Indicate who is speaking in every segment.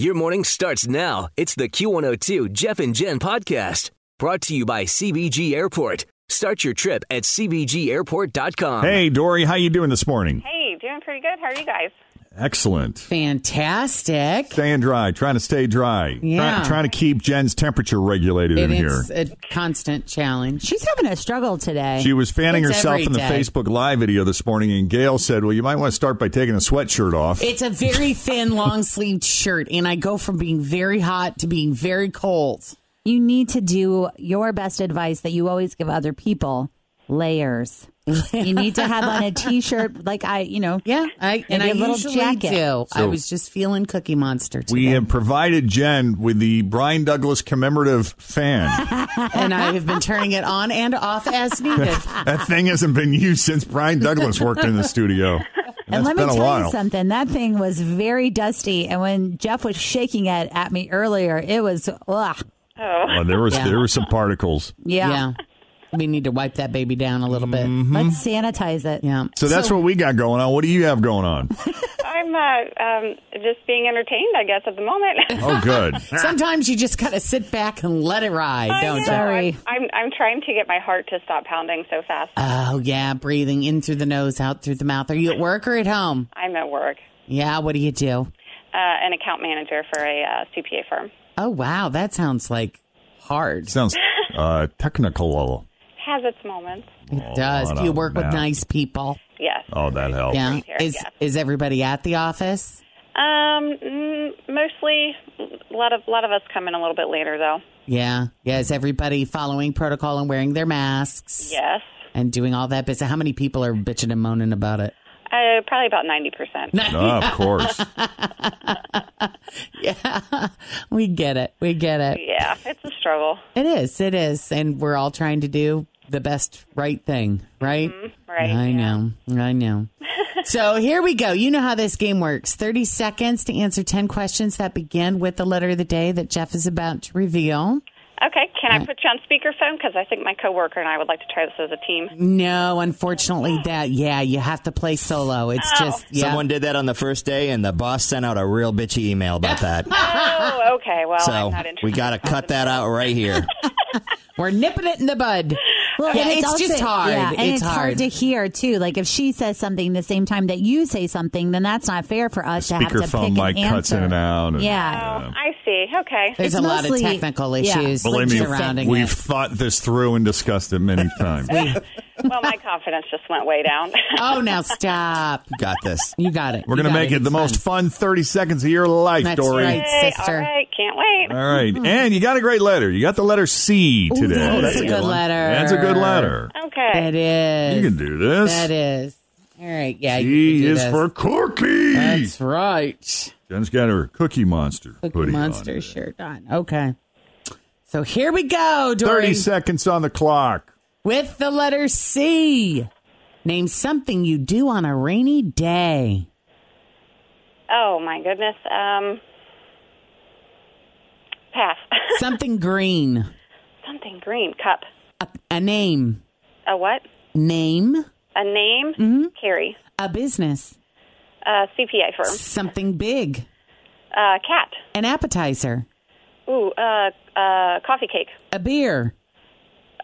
Speaker 1: Your morning starts now. It's the Q102 Jeff and Jen podcast brought to you by CBG Airport. Start your trip at CBGAirport.com.
Speaker 2: Hey, Dory, how you doing this morning?
Speaker 3: Hey, doing pretty good. How are you guys?
Speaker 2: Excellent.
Speaker 4: Fantastic.
Speaker 2: Staying dry, trying to stay dry.
Speaker 4: Yeah.
Speaker 2: Try- trying to keep Jen's temperature regulated in
Speaker 4: It
Speaker 2: here.
Speaker 4: is a constant challenge.
Speaker 5: She's having a struggle today.
Speaker 2: She was fanning
Speaker 4: It's
Speaker 2: herself
Speaker 4: every
Speaker 2: in the
Speaker 4: day.
Speaker 2: Facebook Live video this morning, and Gail said, Well, you might want to start by taking the sweatshirt off.
Speaker 5: it's a very thin, long sleeved shirt, and I go from being very hot to being very cold.
Speaker 6: you need to do your best advice that you always give other people layers. you need to have on a t shirt like I, you know.
Speaker 5: Yeah, I and I
Speaker 6: Maybe a little
Speaker 5: usually
Speaker 6: jacket.
Speaker 5: do. I was just feeling Cookie Monster today,
Speaker 2: we have provided Jen with the Brian Douglas commemorative fan.
Speaker 5: and I have been turning it on and off as needed.
Speaker 2: that thing hasn't been used since Brian Douglas worked in the studio.
Speaker 6: And
Speaker 2: That's
Speaker 6: let me
Speaker 2: been a
Speaker 6: tell
Speaker 2: while.
Speaker 6: you something. That thing was very dusty. And when Jeff was shaking it at me earlier, it was, ugh.
Speaker 2: Oh, there was
Speaker 5: Yeah.
Speaker 2: there were some particles.
Speaker 6: Yeah.
Speaker 5: we need to wipe that baby down a little bit.
Speaker 6: Let's
Speaker 2: Hmm.
Speaker 6: sanitize it.
Speaker 5: Yeah.
Speaker 2: Mm-hmm. So that's what we got going on. What do you have going on?
Speaker 3: I'm uh, um, just being entertained, I guess, at the moment.
Speaker 2: Oh, good.
Speaker 5: Sometimes you just gotta sit back and let it ride, don't you?
Speaker 6: Sorry.
Speaker 3: I'm I'm trying to get my heart to stop pounding so fast.
Speaker 5: Oh yeah, breathing in through the nose, out through the mouth. Are you at work or at home?
Speaker 3: I'm at work,
Speaker 5: Yeah. What do you do?
Speaker 3: uh, an account manager for a uh, CPA firm.
Speaker 5: Oh wow, that sounds like hard.
Speaker 2: Sounds uh, technical. Oh,
Speaker 3: Has its moments.
Speaker 5: It does.
Speaker 2: What
Speaker 5: Do you
Speaker 2: a
Speaker 5: work with
Speaker 2: mess.
Speaker 5: nice people?
Speaker 3: Yes.
Speaker 2: Oh, that helps.
Speaker 5: Yeah.
Speaker 3: here,
Speaker 5: Is
Speaker 3: yes.
Speaker 5: is everybody at the office?
Speaker 3: Um, mm, mostly a lot of lot of us come in a little bit later though.
Speaker 5: Yeah. Yeah. Is everybody following protocol and wearing their masks
Speaker 3: Yes.
Speaker 5: and doing all that business? How many people are bitching and moaning about it?
Speaker 3: Uh, probably about ninety percent.
Speaker 2: Oh, of course.
Speaker 5: Yeah. We get it. We get it.
Speaker 3: Yeah, it's a struggle.
Speaker 5: It is. It is. And we're all trying to do the best right thing, right?
Speaker 3: Mm-hmm. right,
Speaker 5: I
Speaker 3: yeah.
Speaker 5: know. I know. so here we go. You know how this game works 30 seconds to answer 10 questions that begin with the letter of the day that Jeff is about to reveal.
Speaker 3: Okay, can I put you on speakerphone? Because I think my coworker and I would like to try this as a team.
Speaker 5: No, unfortunately, that, yeah, you have to play solo. It's
Speaker 3: Oh.
Speaker 5: just, yeah.
Speaker 7: Someone did that on the first day, and the boss sent out a real bitchy email about that.
Speaker 3: Oh, okay. Well, I'm
Speaker 7: so
Speaker 3: not interested.
Speaker 7: we got to cut that out right here.
Speaker 5: We're nipping it in the bud.
Speaker 6: Well,
Speaker 5: Yeah,
Speaker 6: and
Speaker 5: it's just hard.
Speaker 6: Yeah, and
Speaker 5: It's
Speaker 6: it's, hard.
Speaker 5: hard.
Speaker 6: to hear too. Like if she says something the same time that you say something, then that's not fair for us to have to pick
Speaker 2: Speakerphone
Speaker 6: an
Speaker 2: mic
Speaker 6: answer.
Speaker 2: cuts in and out. and-
Speaker 6: Yeah.
Speaker 3: Oh, I see. Okay.
Speaker 5: There's
Speaker 6: It's
Speaker 5: a lot of
Speaker 6: mostly-
Speaker 5: technical
Speaker 6: yeah.
Speaker 5: issues
Speaker 2: Believe me,
Speaker 5: surrounding
Speaker 2: we've
Speaker 5: it.
Speaker 2: thought this through and discussed it many times.
Speaker 3: Well, my confidence just went way down.
Speaker 5: Oh, now stop.
Speaker 7: Got this.
Speaker 5: You got it.
Speaker 2: We're
Speaker 5: You
Speaker 2: going to
Speaker 5: got
Speaker 2: make it the
Speaker 5: It's
Speaker 2: most
Speaker 5: fun.
Speaker 2: fun 30 seconds of your life,
Speaker 5: That's
Speaker 2: Dory.
Speaker 5: right.
Speaker 3: Hey, all
Speaker 5: sister.
Speaker 3: right, can't wait.
Speaker 2: All right. And you got a great letter. You got the letter C today.
Speaker 5: that is a good
Speaker 7: one.
Speaker 5: letter.
Speaker 2: That's a good letter.
Speaker 3: Okay.
Speaker 5: That is.
Speaker 2: You can do this.
Speaker 5: That is. All right. Yeah. you
Speaker 2: C
Speaker 5: can do
Speaker 2: is
Speaker 5: this.
Speaker 2: for cookie.
Speaker 5: That's right.
Speaker 2: Jen's got her cookie monster
Speaker 5: Cookie
Speaker 2: hoodie on today.
Speaker 5: Monster shirt on. Okay. So here we go,
Speaker 2: 30
Speaker 5: Dory.
Speaker 2: seconds on the clock.
Speaker 5: With the letter C. Name something you do on a rainy day.
Speaker 3: Oh my goodness. Um, pass.
Speaker 5: Something green.
Speaker 3: Something green. Cup.
Speaker 5: A, a name.
Speaker 3: A what?
Speaker 5: Name.
Speaker 3: A name?
Speaker 2: Mm-hmm.
Speaker 3: Carrie.
Speaker 5: A business.
Speaker 3: Uh, CPA firm.
Speaker 5: Something big.
Speaker 3: Uh, cat.
Speaker 5: An appetizer.
Speaker 3: Ooh. Uh, uh, coffee cake.
Speaker 5: A beer.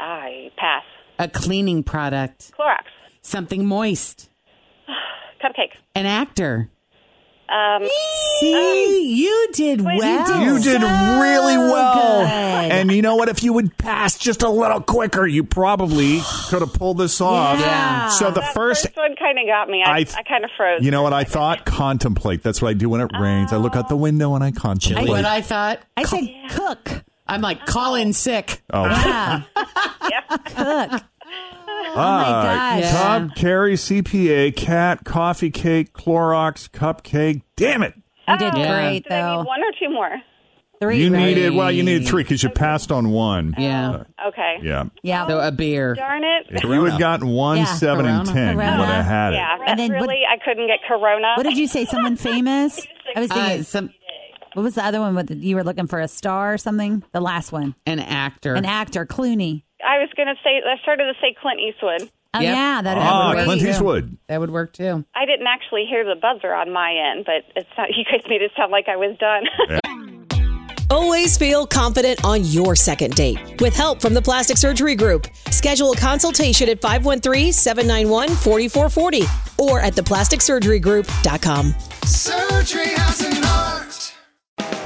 Speaker 3: I pass.
Speaker 5: A cleaning product.
Speaker 3: Clorox.
Speaker 5: Something moist.
Speaker 3: Cupcake.
Speaker 5: An actor.
Speaker 3: Uh, Um,
Speaker 5: See, you did well.
Speaker 3: Oh,
Speaker 2: You did really well.
Speaker 6: good.
Speaker 2: And you know what? If you would pass just a little quicker, you probably could have pulled this off.
Speaker 6: Yeah.
Speaker 2: So the
Speaker 3: that
Speaker 2: first,
Speaker 3: one kind of got me. I,
Speaker 2: I
Speaker 3: I,
Speaker 2: th-
Speaker 3: kind of froze.
Speaker 2: you know what I thought? Contemplate. That's what I do when it rains. I look out the window and I contemplate.
Speaker 5: What I thought.
Speaker 6: I said cook.
Speaker 5: I'm like, call in sick.
Speaker 2: oh.
Speaker 6: Yeah. Cook. Oh
Speaker 2: Ah,
Speaker 6: gosh.
Speaker 2: Cobb, Carrie, CPA, cat, coffee cake, Clorox, cupcake. Damn it!
Speaker 6: You did
Speaker 3: Oh,
Speaker 6: great,
Speaker 3: Did I
Speaker 6: though.
Speaker 3: need one or two more?
Speaker 6: Three.
Speaker 2: You
Speaker 6: right?
Speaker 2: needed well, you needed three because you passed on one. Uh,
Speaker 5: Yeah.
Speaker 3: Okay.
Speaker 2: Yeah.
Speaker 6: Yeah.
Speaker 5: So a beer.
Speaker 3: Darn it.
Speaker 2: If you had gotten one,
Speaker 6: Yeah,
Speaker 2: seven, and
Speaker 5: Corona.
Speaker 2: ten, you
Speaker 6: Corona.
Speaker 2: would have had it.
Speaker 3: Yeah.
Speaker 6: And
Speaker 3: That
Speaker 6: then what-
Speaker 3: really, I couldn't get Corona.
Speaker 6: What did you say? Someone famous? I was
Speaker 5: Uh,
Speaker 6: thinking,
Speaker 5: some
Speaker 6: what was the other one? With you were looking for a star or something? The last one.
Speaker 5: an actor.
Speaker 6: An actor, Clooney.
Speaker 3: I was going to say, I started to say Clint Eastwood.
Speaker 6: Oh,
Speaker 5: Yep.
Speaker 6: yeah. That,
Speaker 2: Ah,
Speaker 6: that would
Speaker 2: Clint
Speaker 6: be-
Speaker 2: Eastwood.
Speaker 5: that would work too.
Speaker 3: I didn't actually hear the buzzer on my end, but it's not, you guys made it sound like I was done.
Speaker 8: Always feel confident on your second date. With help from the Plastic Surgery Group, schedule a consultation at 513-791-4440 or at theplasticsurgerygroup.com.
Speaker 9: Surgery has an art.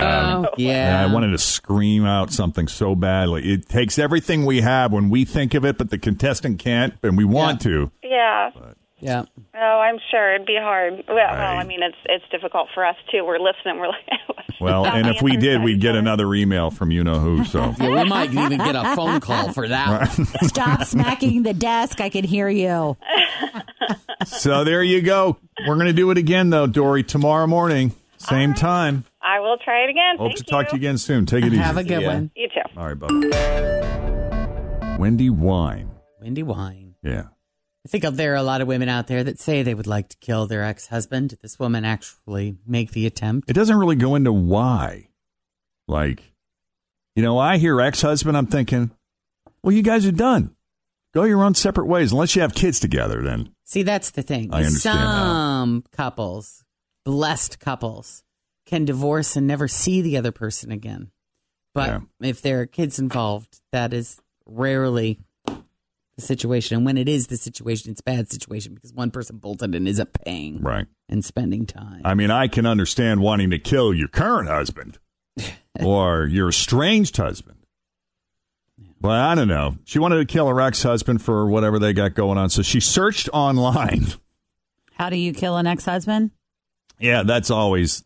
Speaker 5: Oh, yeah.
Speaker 2: I wanted to scream out something so badly. It takes everything we have when we think of it, but the contestant can't, and we want to.
Speaker 3: yeah.
Speaker 5: yeah.
Speaker 3: Oh, I'm sure it'd be hard. Well, well, I
Speaker 2: Right.
Speaker 3: mean, it's it's difficult for us too. We're listening. We're like,
Speaker 2: Well, and if we did, we'd get another email from you know who. So
Speaker 9: Yeah, we might even get a phone call for that. one.
Speaker 6: Stop smacking the desk. I can hear you.
Speaker 2: so there you go. We're going to do it again, though, Dory, tomorrow morning, same time.
Speaker 3: I will try it again.
Speaker 2: Hope
Speaker 3: Thank
Speaker 2: to talk to you again soon. Take it easy.
Speaker 5: Have a good
Speaker 9: Yeah.
Speaker 5: one.
Speaker 3: You too.
Speaker 2: All right, bye. Wendy Wine.
Speaker 9: Wendy Wine.
Speaker 2: Yeah.
Speaker 5: I think there are a lot of women out there that say they would like to kill their ex husband. Did this woman actually make the attempt?
Speaker 2: It doesn't really go into why. Like, you know, I hear ex husband, I'm thinking, well, you guys are done. Go your own separate ways, unless you have kids together, then.
Speaker 5: See, that's the thing.
Speaker 2: I understand that.
Speaker 5: Some couples, blessed couples, can divorce and never see the other person again. But
Speaker 2: Yeah.
Speaker 5: if there are kids involved, that is rarely the situation. And when it is the situation, it's a bad situation because one person bolted and isn't paying
Speaker 2: Right.
Speaker 5: and spending time.
Speaker 2: I mean, I can understand wanting to kill your current husband or your estranged husband. But I don't know. She wanted to kill her ex husband for whatever they got going on. So she searched online.
Speaker 6: How do you kill an ex-husband?
Speaker 2: Yeah, that's always,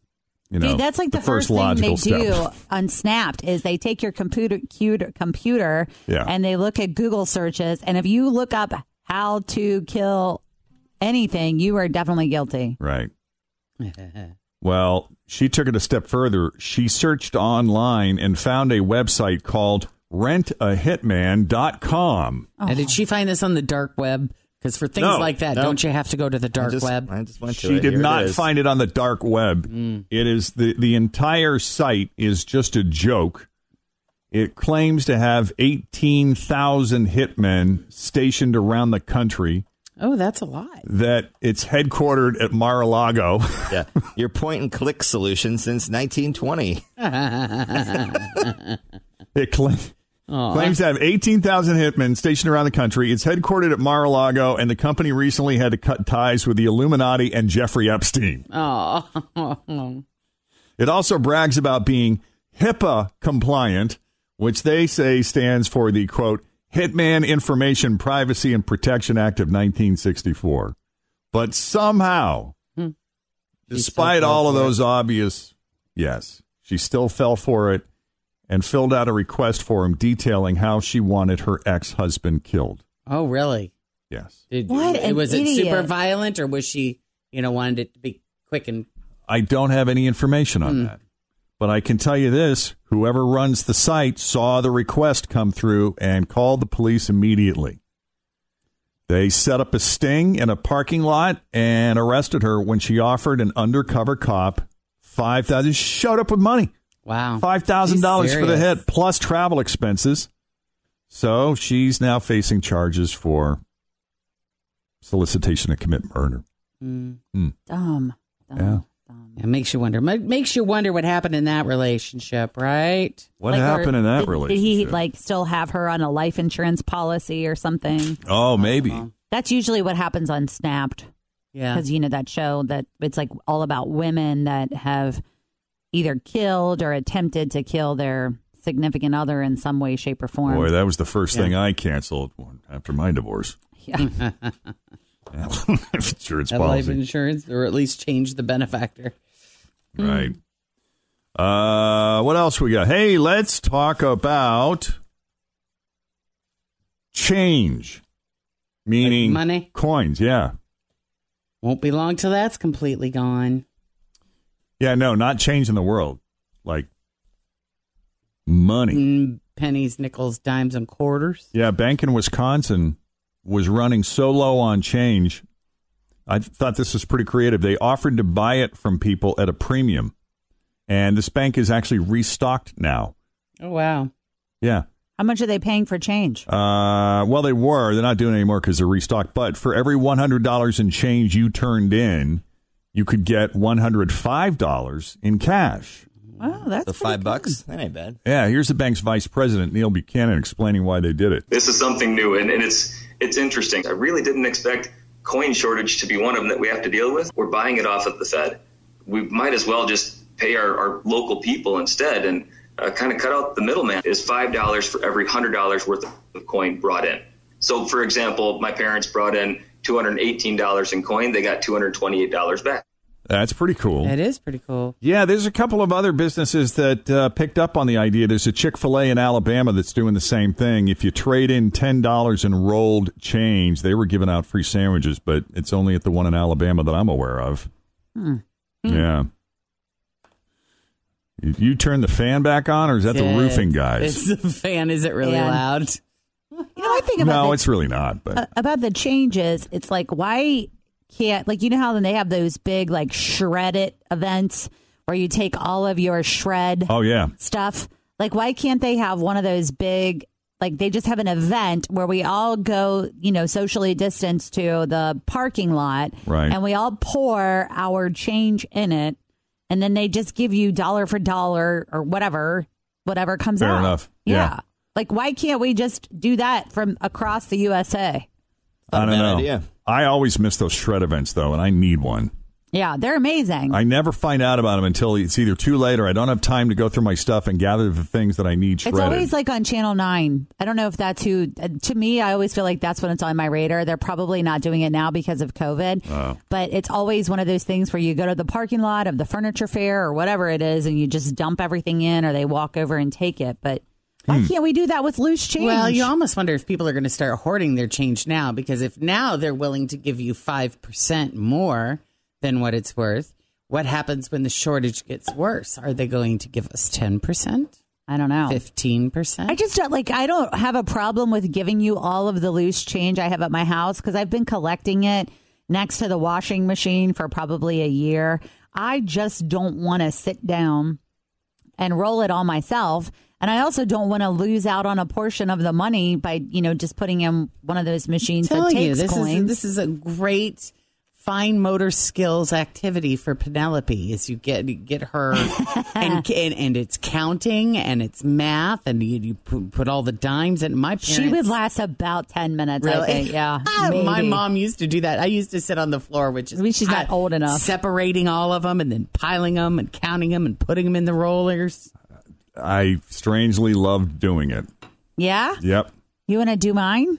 Speaker 2: you know,
Speaker 6: Dude, that's like the,
Speaker 2: first,
Speaker 6: thing they
Speaker 2: logical
Speaker 6: do
Speaker 2: step.
Speaker 6: on Snapped is they take your computer computer, computer
Speaker 2: Yeah.
Speaker 6: and they look at Google searches, and if you look up how to kill anything, you are definitely guilty.
Speaker 2: Right. Well, she took it a step further. She searched online and found a website called rentahitman.com.
Speaker 5: Now, did she find this on the dark web? Because for things
Speaker 2: No,
Speaker 5: like that,
Speaker 7: no.
Speaker 5: don't you have to go to the dark
Speaker 7: I just,
Speaker 5: web?
Speaker 7: I just went to
Speaker 2: She
Speaker 7: it.
Speaker 2: did
Speaker 7: Here it
Speaker 2: not
Speaker 7: is. Hmm.
Speaker 2: find it on the dark web. It is the the entire site is just a joke. It claims to have 18,000 hitmen stationed around the country
Speaker 5: Oh, that's a lot.
Speaker 2: that it's headquartered at Mar-a-Lago.
Speaker 7: Yeah. Your point and click solution since 1920.
Speaker 2: It cla- claims to have 18,000 hitmen stationed around the country. It's headquartered at Mar-a-Lago, and the company recently had to cut ties with the Illuminati and Jeffrey Epstein.
Speaker 5: Oh,
Speaker 2: It also brags about being HIPAA compliant, which they say stands for the quote, Hitman Information Privacy and Protection Act of 1964. But somehow, despite
Speaker 5: still
Speaker 2: all of
Speaker 5: fell for
Speaker 2: those obvious, yes, she still fell for it and filled out a request form detailing how she wanted her ex husband killed.
Speaker 5: oh, really?
Speaker 2: Yes.
Speaker 5: Did,
Speaker 6: What
Speaker 5: it-
Speaker 6: an
Speaker 5: was it
Speaker 6: idiot.
Speaker 5: super violent, or was she, you know, wanted it to be quick and
Speaker 2: I don't have any information
Speaker 6: Hmm.
Speaker 2: on that. But I can tell you this whoever runs the site saw the request come through and called the police immediately. They set up a sting in a parking lot and arrested her when she offered an undercover cop Five thousand. Showed up with money.
Speaker 5: Wow.
Speaker 2: Five thousand dollars
Speaker 5: She's
Speaker 2: for the
Speaker 5: serious.
Speaker 2: hit plus travel expenses. So she's now facing charges for solicitation to commit murder.
Speaker 10: Mm.
Speaker 2: Mm.
Speaker 10: Dumb. dumb.
Speaker 2: Yeah.
Speaker 10: It makes you wonder. Ma- Makes you wonder what happened in that relationship, right?
Speaker 2: What
Speaker 6: Like, or
Speaker 2: happened in that
Speaker 6: did,
Speaker 2: relationship?
Speaker 6: Did he like still have her on a life insurance policy or something?
Speaker 2: oh, maybe.
Speaker 6: That's usually what happens on Snapped.
Speaker 10: Yeah.
Speaker 6: Because, you know, that show that it's like all about women that have either killed or attempted to kill their significant other in some way, shape, or form.
Speaker 2: Boy, that was the first
Speaker 6: Yeah.
Speaker 2: thing I canceled after my divorce.
Speaker 6: yeah.
Speaker 2: Yeah, life insurance
Speaker 5: Have life
Speaker 2: policy.
Speaker 5: insurance, or at least change the benefactor.
Speaker 2: Right. Uh, what else we got? Hey, let's talk about change, meaning
Speaker 5: money?
Speaker 2: coins. Yeah,
Speaker 5: Won't be long till that's completely gone.
Speaker 2: yeah. No, not change in the world, like money.
Speaker 5: Mm, pennies, nickels, dimes, and quarters.
Speaker 2: Yeah, bank in Wisconsin was running so low on change. I thought this was pretty creative. They offered to buy it from people at a premium, and this bank is actually restocked now.
Speaker 5: Oh wow.
Speaker 2: Yeah.
Speaker 6: How much are they paying for change?
Speaker 2: Uh, well, they were. They're not doing it anymore because they're restocked. But for every one hundred dollars in change you turned in, you could get one hundred five dollars in cash.
Speaker 6: Wow, that's
Speaker 2: Oh
Speaker 7: the five bucks. That ain't bad.
Speaker 2: Yeah, here's the bank's vice president Neil Buchanan explaining why they did it.
Speaker 1: This is something new, and, and it's it's interesting. I really didn't expect coin shortage to be one of them that we have to deal with. We're buying it off of the Fed. We might as well just pay our, our local people instead and uh, kind of cut out the middleman. Is five dollars for every hundred dollars worth of coin brought in? So, for example, my parents brought in two hundred eighteen dollars in coin. They got two hundred twenty eight dollars back.
Speaker 2: That's pretty cool.
Speaker 5: That is pretty cool.
Speaker 2: Yeah, there's a couple of other businesses that uh, picked up on the idea. There's a Chick fil A in Alabama that's doing the same thing. If you trade in $10 in rolled change, they were giving out free sandwiches, but it's only at the one in Alabama that I'm aware of.
Speaker 6: Hmm.
Speaker 2: Yeah. You, you turn the fan back on, or is that the roofing guys?
Speaker 5: It's the fan. Is it really
Speaker 6: Fan.
Speaker 5: loud?
Speaker 6: You know, I think about
Speaker 2: No,
Speaker 6: the
Speaker 2: it's really not. But
Speaker 6: Uh, about the changes, it's like why can't like you know how then they have those big like shred it events where you take all of your shred
Speaker 2: oh yeah,
Speaker 6: stuff. Like why can't they have one of those big like they just have an event where we all go, you know, socially distanced to the parking lot
Speaker 2: Right.
Speaker 6: and we all pour our change in it and then they just give you dollar for dollar or whatever whatever comes
Speaker 2: Fair
Speaker 6: out.
Speaker 2: enough.
Speaker 6: Yeah.
Speaker 2: Yeah.
Speaker 6: Like why can't we just do that from across the USA?
Speaker 2: I don't
Speaker 7: bad
Speaker 2: know.
Speaker 7: idea.
Speaker 2: I always miss those shred events though, and I need one.
Speaker 6: Yeah, they're amazing.
Speaker 2: I never find out about them until it's either too late or I don't have time to go through my stuff and gather the things that I need shredded.
Speaker 6: it's always like on Channel 9. I don't know if that's who, uh, to me, I always feel like that's when it's on my radar. They're probably not doing it now because of COVID, but it's always one of those things where you go to the parking lot of the furniture fair or whatever it is and you just dump everything in or they walk over and take it. But why can't we do that with loose change?
Speaker 5: Well, you almost wonder if people are going to start hoarding their change now because if now they're willing to give you 5% more than what it's worth, what happens when the shortage gets worse? Are they going to give us 10%?
Speaker 6: I don't know.
Speaker 5: 15%?
Speaker 6: I just don't like. I don't have a problem with giving you all of the loose change I have at my house because I've been collecting it next to the washing machine for probably a year. I just don't want to sit down and roll it all myself, and I also don't want to lose out on a portion of the money by you know just putting in one of those machines that
Speaker 5: telling
Speaker 6: takes
Speaker 5: you, this
Speaker 6: coins.
Speaker 5: is, this is a great fine motor skills activity for Penelope is you get get her and, and and it's counting and it's math and you, you put, put all the dimes in my parents
Speaker 6: she would last about ten minutes. I think. Yeah,
Speaker 5: Ah, my
Speaker 6: maybe.
Speaker 5: mom used to do that. I used to sit on the floor, which is
Speaker 6: At least she's not
Speaker 5: I-
Speaker 6: old enough.
Speaker 5: Separating all of them and then piling them and counting them and putting them in the rollers.
Speaker 2: I strangely loved doing it.
Speaker 6: Yeah,
Speaker 2: Yep.
Speaker 6: you want to do mine?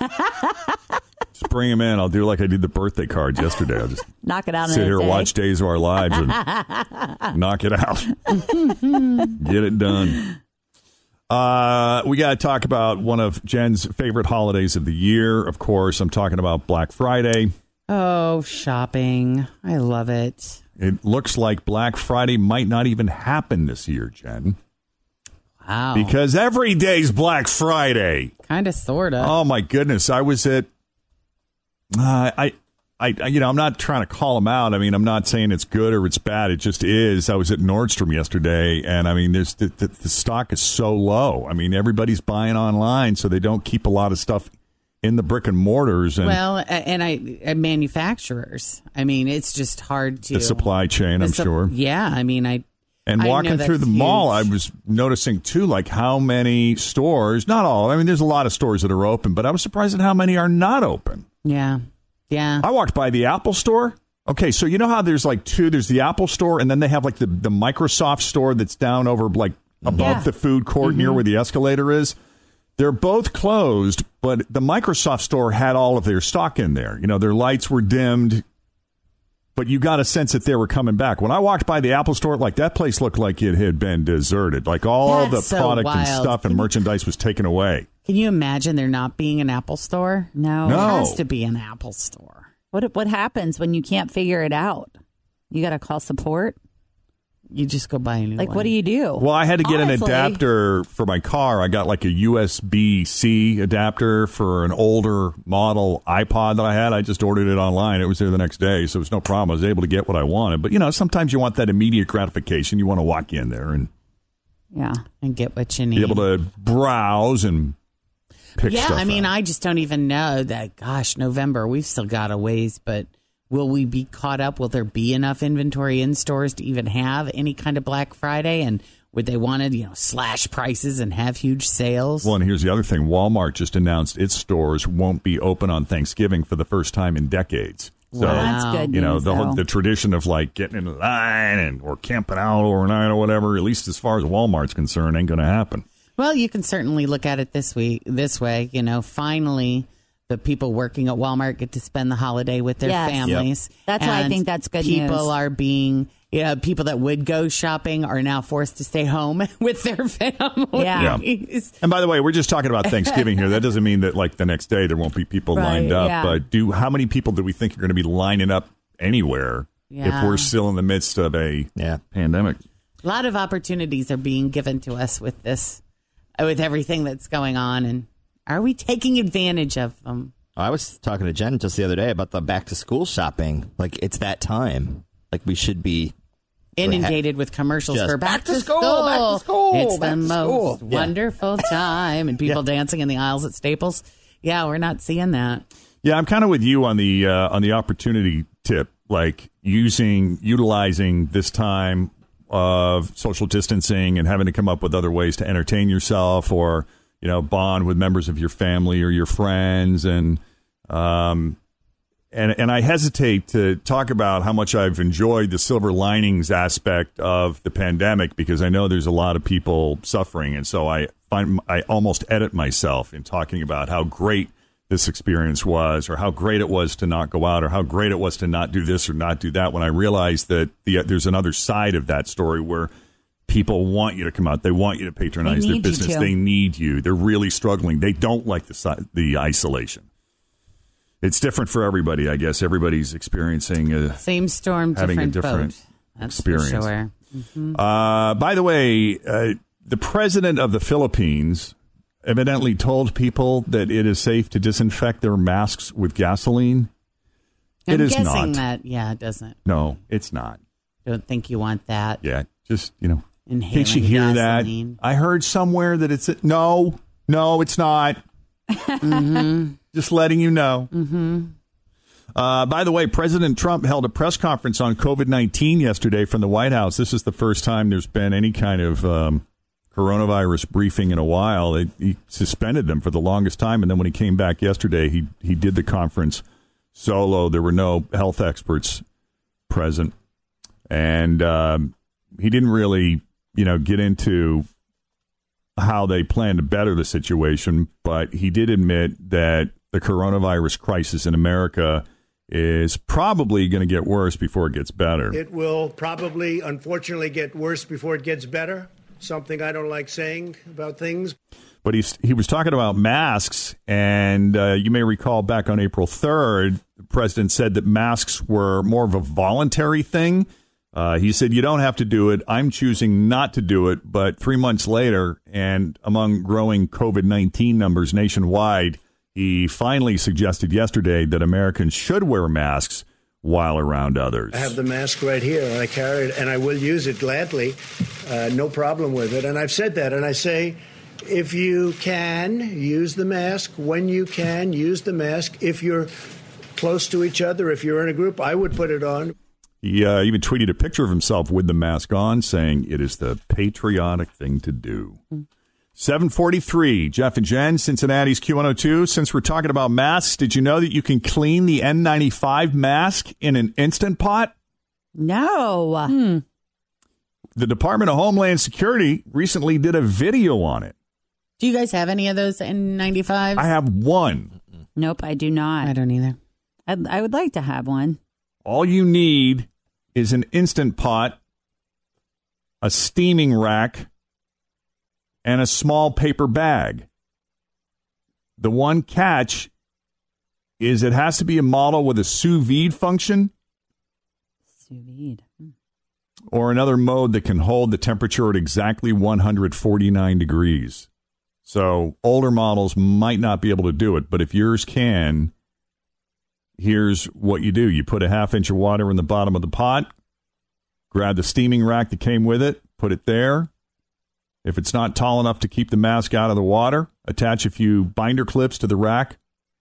Speaker 2: Just bring them in. I'll do like I did the birthday cards yesterday. I'll just
Speaker 6: Knock it out. in
Speaker 2: sit
Speaker 6: a
Speaker 2: here,
Speaker 6: day.
Speaker 2: watch Days of Our Lives, and knock it out. Get it done. Uh, we got to talk about one of Jen's favorite holidays of the year. Of course, I'm talking about Black Friday.
Speaker 5: Oh, shopping! I love it.
Speaker 2: It looks like Black Friday might not even happen this year, Jen,
Speaker 5: Wow,
Speaker 2: because every day's Black Friday.
Speaker 5: kind of, sort of.
Speaker 2: Oh my goodness! I was at. Uh, I I, I- you know, I'm not trying to call them out. I mean, I'm not saying it's good or it's bad. It just is. I was at Nordstrom yesterday, and I mean, there's the, the, the stock is so low. I mean, everybody's buying online, so they don't keep a lot of stuff in the brick and mortars and
Speaker 5: well, a- and I and manufacturers. I mean, it's just hard to
Speaker 2: the supply chain.
Speaker 5: the
Speaker 2: I'm
Speaker 5: sup-
Speaker 2: sure.
Speaker 5: Yeah, I mean, I
Speaker 2: And
Speaker 5: I know
Speaker 2: walking through
Speaker 5: that's
Speaker 2: the mall,
Speaker 5: huge.
Speaker 2: I was noticing too, like how many stores, not all, I mean, there's a lot of stores that are open, but I was surprised at how many are not open.
Speaker 5: Yeah. Yeah.
Speaker 2: I walked by the Apple store. Okay, so you know how there's like two, there's the Apple store, and then they have like the, the Microsoft store that's down over like above
Speaker 11: Yeah.
Speaker 2: the food court
Speaker 5: Mm-hmm.
Speaker 2: near where the escalator is. They're both closed, but the Microsoft store had all of their stock in there. You know, their lights were dimmed, but you got a sense that they were coming back. When I walked by the Apple store, like that place looked like it had been deserted. Like all
Speaker 5: That's
Speaker 2: the
Speaker 5: so
Speaker 2: product and
Speaker 5: wild.
Speaker 2: stuff and merchandise was taken away.
Speaker 5: Can you imagine there not being an Apple store? No,
Speaker 2: No.
Speaker 5: it has to be an Apple store.
Speaker 6: What what happens when you can't figure it out? You got to call support.
Speaker 5: You just go buy a new
Speaker 6: like.
Speaker 5: one.
Speaker 6: What do you do?
Speaker 2: Well, I had to get an
Speaker 6: Honestly.
Speaker 2: adapter for my car. I got like a USB C adapter for an older model iPod that I had. I just ordered it online. It was there the next day, so it was no problem. I was able to get what I wanted. But you know, sometimes you want that immediate gratification. You want to walk in there and Uh,
Speaker 5: Yeah, and get what you need.
Speaker 2: be able to browse and pick
Speaker 5: yeah,
Speaker 2: stuff.
Speaker 5: I mean, I just don't even know that. Gosh, November, we've still got a ways, but will we be caught up? Will there be enough inventory in stores to even have any kind of Black Friday? And would they want to, you know, slash prices and have huge sales?
Speaker 2: Well, and here's the other thing: Walmart just announced its stores won't be open on Thanksgiving for the first time in decades. So,
Speaker 11: Wow. That's good
Speaker 2: You know
Speaker 11: news,
Speaker 2: the whole,
Speaker 11: though.
Speaker 2: the tradition of like getting in line and or camping out overnight or whatever. At least as far as Walmart's concerned, ain't going to happen.
Speaker 5: Well, you can certainly look at it this week, this way. You know, finally, the people working at Walmart get to spend the holiday with their
Speaker 6: Yes. Yep.
Speaker 5: families.
Speaker 6: That's why I
Speaker 5: And
Speaker 6: think that's good
Speaker 5: People
Speaker 6: news.
Speaker 5: are being, you know, people that would go shopping are now forced to stay home with their families.
Speaker 2: And by the way, we're just talking about Thanksgiving here. That doesn't mean that like the next day there won't be people
Speaker 5: Right,
Speaker 2: lined up.
Speaker 5: yeah.
Speaker 2: But do how many people do we think are going to be lining up anywhere
Speaker 5: Yeah.
Speaker 2: if we're still in the midst of a pandemic?
Speaker 5: A lot of opportunities are being given to us with this, uh, with everything that's going on, and are we taking advantage of them?
Speaker 7: I was talking to Jen just the other day about the back to school shopping. Like it's that time. Like we should be
Speaker 5: Inundated with commercials
Speaker 7: Just
Speaker 5: for back,
Speaker 7: back to school, back to school,
Speaker 5: It's
Speaker 7: back
Speaker 5: the
Speaker 7: to school.
Speaker 5: most
Speaker 7: Yeah.
Speaker 5: wonderful time, and people dancing in the aisles at Staples. Yeah, we're not seeing that.
Speaker 2: Yeah, I'm kind of with you on the uh, on the opportunity tip, like using utilizing this time of social distancing and having to come up with other ways to entertain yourself or you know bond with members of your family or your friends and um and and I hesitate to talk about how much I've enjoyed the silver linings aspect of the pandemic because I know there's a lot of people suffering, and so I find I almost edit myself in talking about how great this experience was, or how great it was to not go out, or how great it was to not do this or not do that. When I realize that the, there's another side of that story where people want you to come out, they want you to patronize
Speaker 11: They
Speaker 2: their
Speaker 11: need you
Speaker 2: business,
Speaker 11: to.
Speaker 2: they need you, they're really struggling, they don't like the si- the isolation it's different for everybody, I guess. Everybody's experiencing uh, a
Speaker 5: Same storm,
Speaker 2: having
Speaker 5: different,
Speaker 2: a different
Speaker 5: boat. That's
Speaker 2: experience.
Speaker 5: For sure.
Speaker 2: Uh, by the way, uh, the president of the Philippines evidently told people that it is safe to disinfect their masks with gasoline.
Speaker 5: I'm
Speaker 2: it is not.
Speaker 5: guessing that. Yeah, it doesn't.
Speaker 2: No, it's not.
Speaker 5: Don't think you want that.
Speaker 2: Yeah, just you know.
Speaker 5: Inhaling
Speaker 2: Can't you hear
Speaker 5: gasoline.
Speaker 2: that? I heard somewhere that it's a, no, no, it's not. Just letting you know.
Speaker 5: Mm-hmm.
Speaker 2: Uh, by the way, President Trump held a press conference on COVID 19 yesterday from the White House. This is the first time there's been any kind of um, coronavirus briefing in a while. It, he suspended them for the longest time. And then when he came back yesterday, he, he did the conference solo. There were no health experts present. And um, he didn't really, you know, get into how they plan to better the situation, but he did admit that the coronavirus crisis in America is probably going to get worse before it gets better.
Speaker 1: It will probably, unfortunately, get worse before it gets better. Something I don't like saying about things.
Speaker 2: but he's, he was talking about masks, and uh, you may recall back on April 3rd, the president said that masks were more of a voluntary thing. Uh, he said, You don't have to do it. I'm choosing not to do it. But three months later, and among growing COVID 19 numbers nationwide, He finally suggested yesterday that Americans should wear masks while around others.
Speaker 12: I have the mask right here. I carry it, and I will use it gladly. Uh, no problem with it. And I've said that, and I say, if you can use the mask, when you can use the mask, if you're close to each other, if you're in a group, I would put it on.
Speaker 2: He uh, even tweeted a picture of himself with the mask on, saying it is the patriotic thing to do. 743, Jeff and Jen, Cincinnati's Q102. Since we're talking about masks, did you know that you can clean the N95 mask in an instant pot?
Speaker 6: No.
Speaker 9: Hmm.
Speaker 2: The Department of Homeland Security recently did a video on it.
Speaker 9: Do you guys have any of those N95s?
Speaker 2: I have one.
Speaker 6: Nope, I do not. I
Speaker 9: don't either.
Speaker 6: I'd, I would like to have one.
Speaker 2: All you need is an instant pot, a steaming rack, and a small paper bag. The one catch is it has to be a model with a sous vide function
Speaker 6: Sous vide. Mm-hmm.
Speaker 2: or another mode that can hold the temperature at exactly 149 degrees. So older models might not be able to do it, but if yours can, here's what you do you put a half inch of water in the bottom of the pot, grab the steaming rack that came with it, put it there. If it's not tall enough to keep the mask out of the water, attach a few binder clips to the rack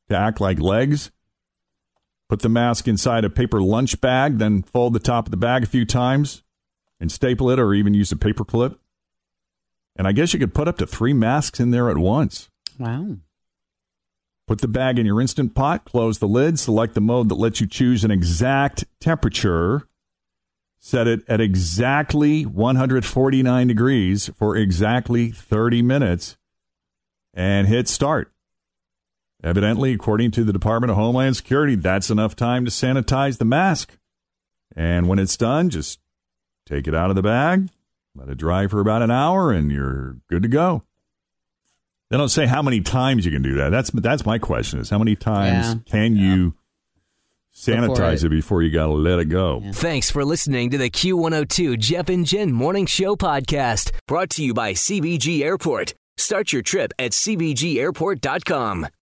Speaker 2: to act like legs. Put the mask inside a paper lunch bag, then fold the top of the bag a few times and staple it or even use a paper clip. And I guess you could put up to three masks in there at once.
Speaker 9: Wow.
Speaker 2: Put the bag in your instant pot, close the lid, select the mode that lets you choose an exact temperature, set it at exactly 149 degrees for exactly 30 minutes, and hit start. Evidently, according to the Department of Homeland Security, that's enough time to sanitize the mask. And when it's done, just take it out of the bag, let it dry for about an hour, and you're good to go. They don't say how many times you can do that. That's that's my question: is how many times
Speaker 1: Yeah.
Speaker 2: can you sanitize
Speaker 1: it-
Speaker 2: it before you got to let it go?
Speaker 1: Thanks for listening to the Q102 Jeff and Jen Morning Show podcast, brought to you by CBG Airport. Start your trip at CBGAirport.com.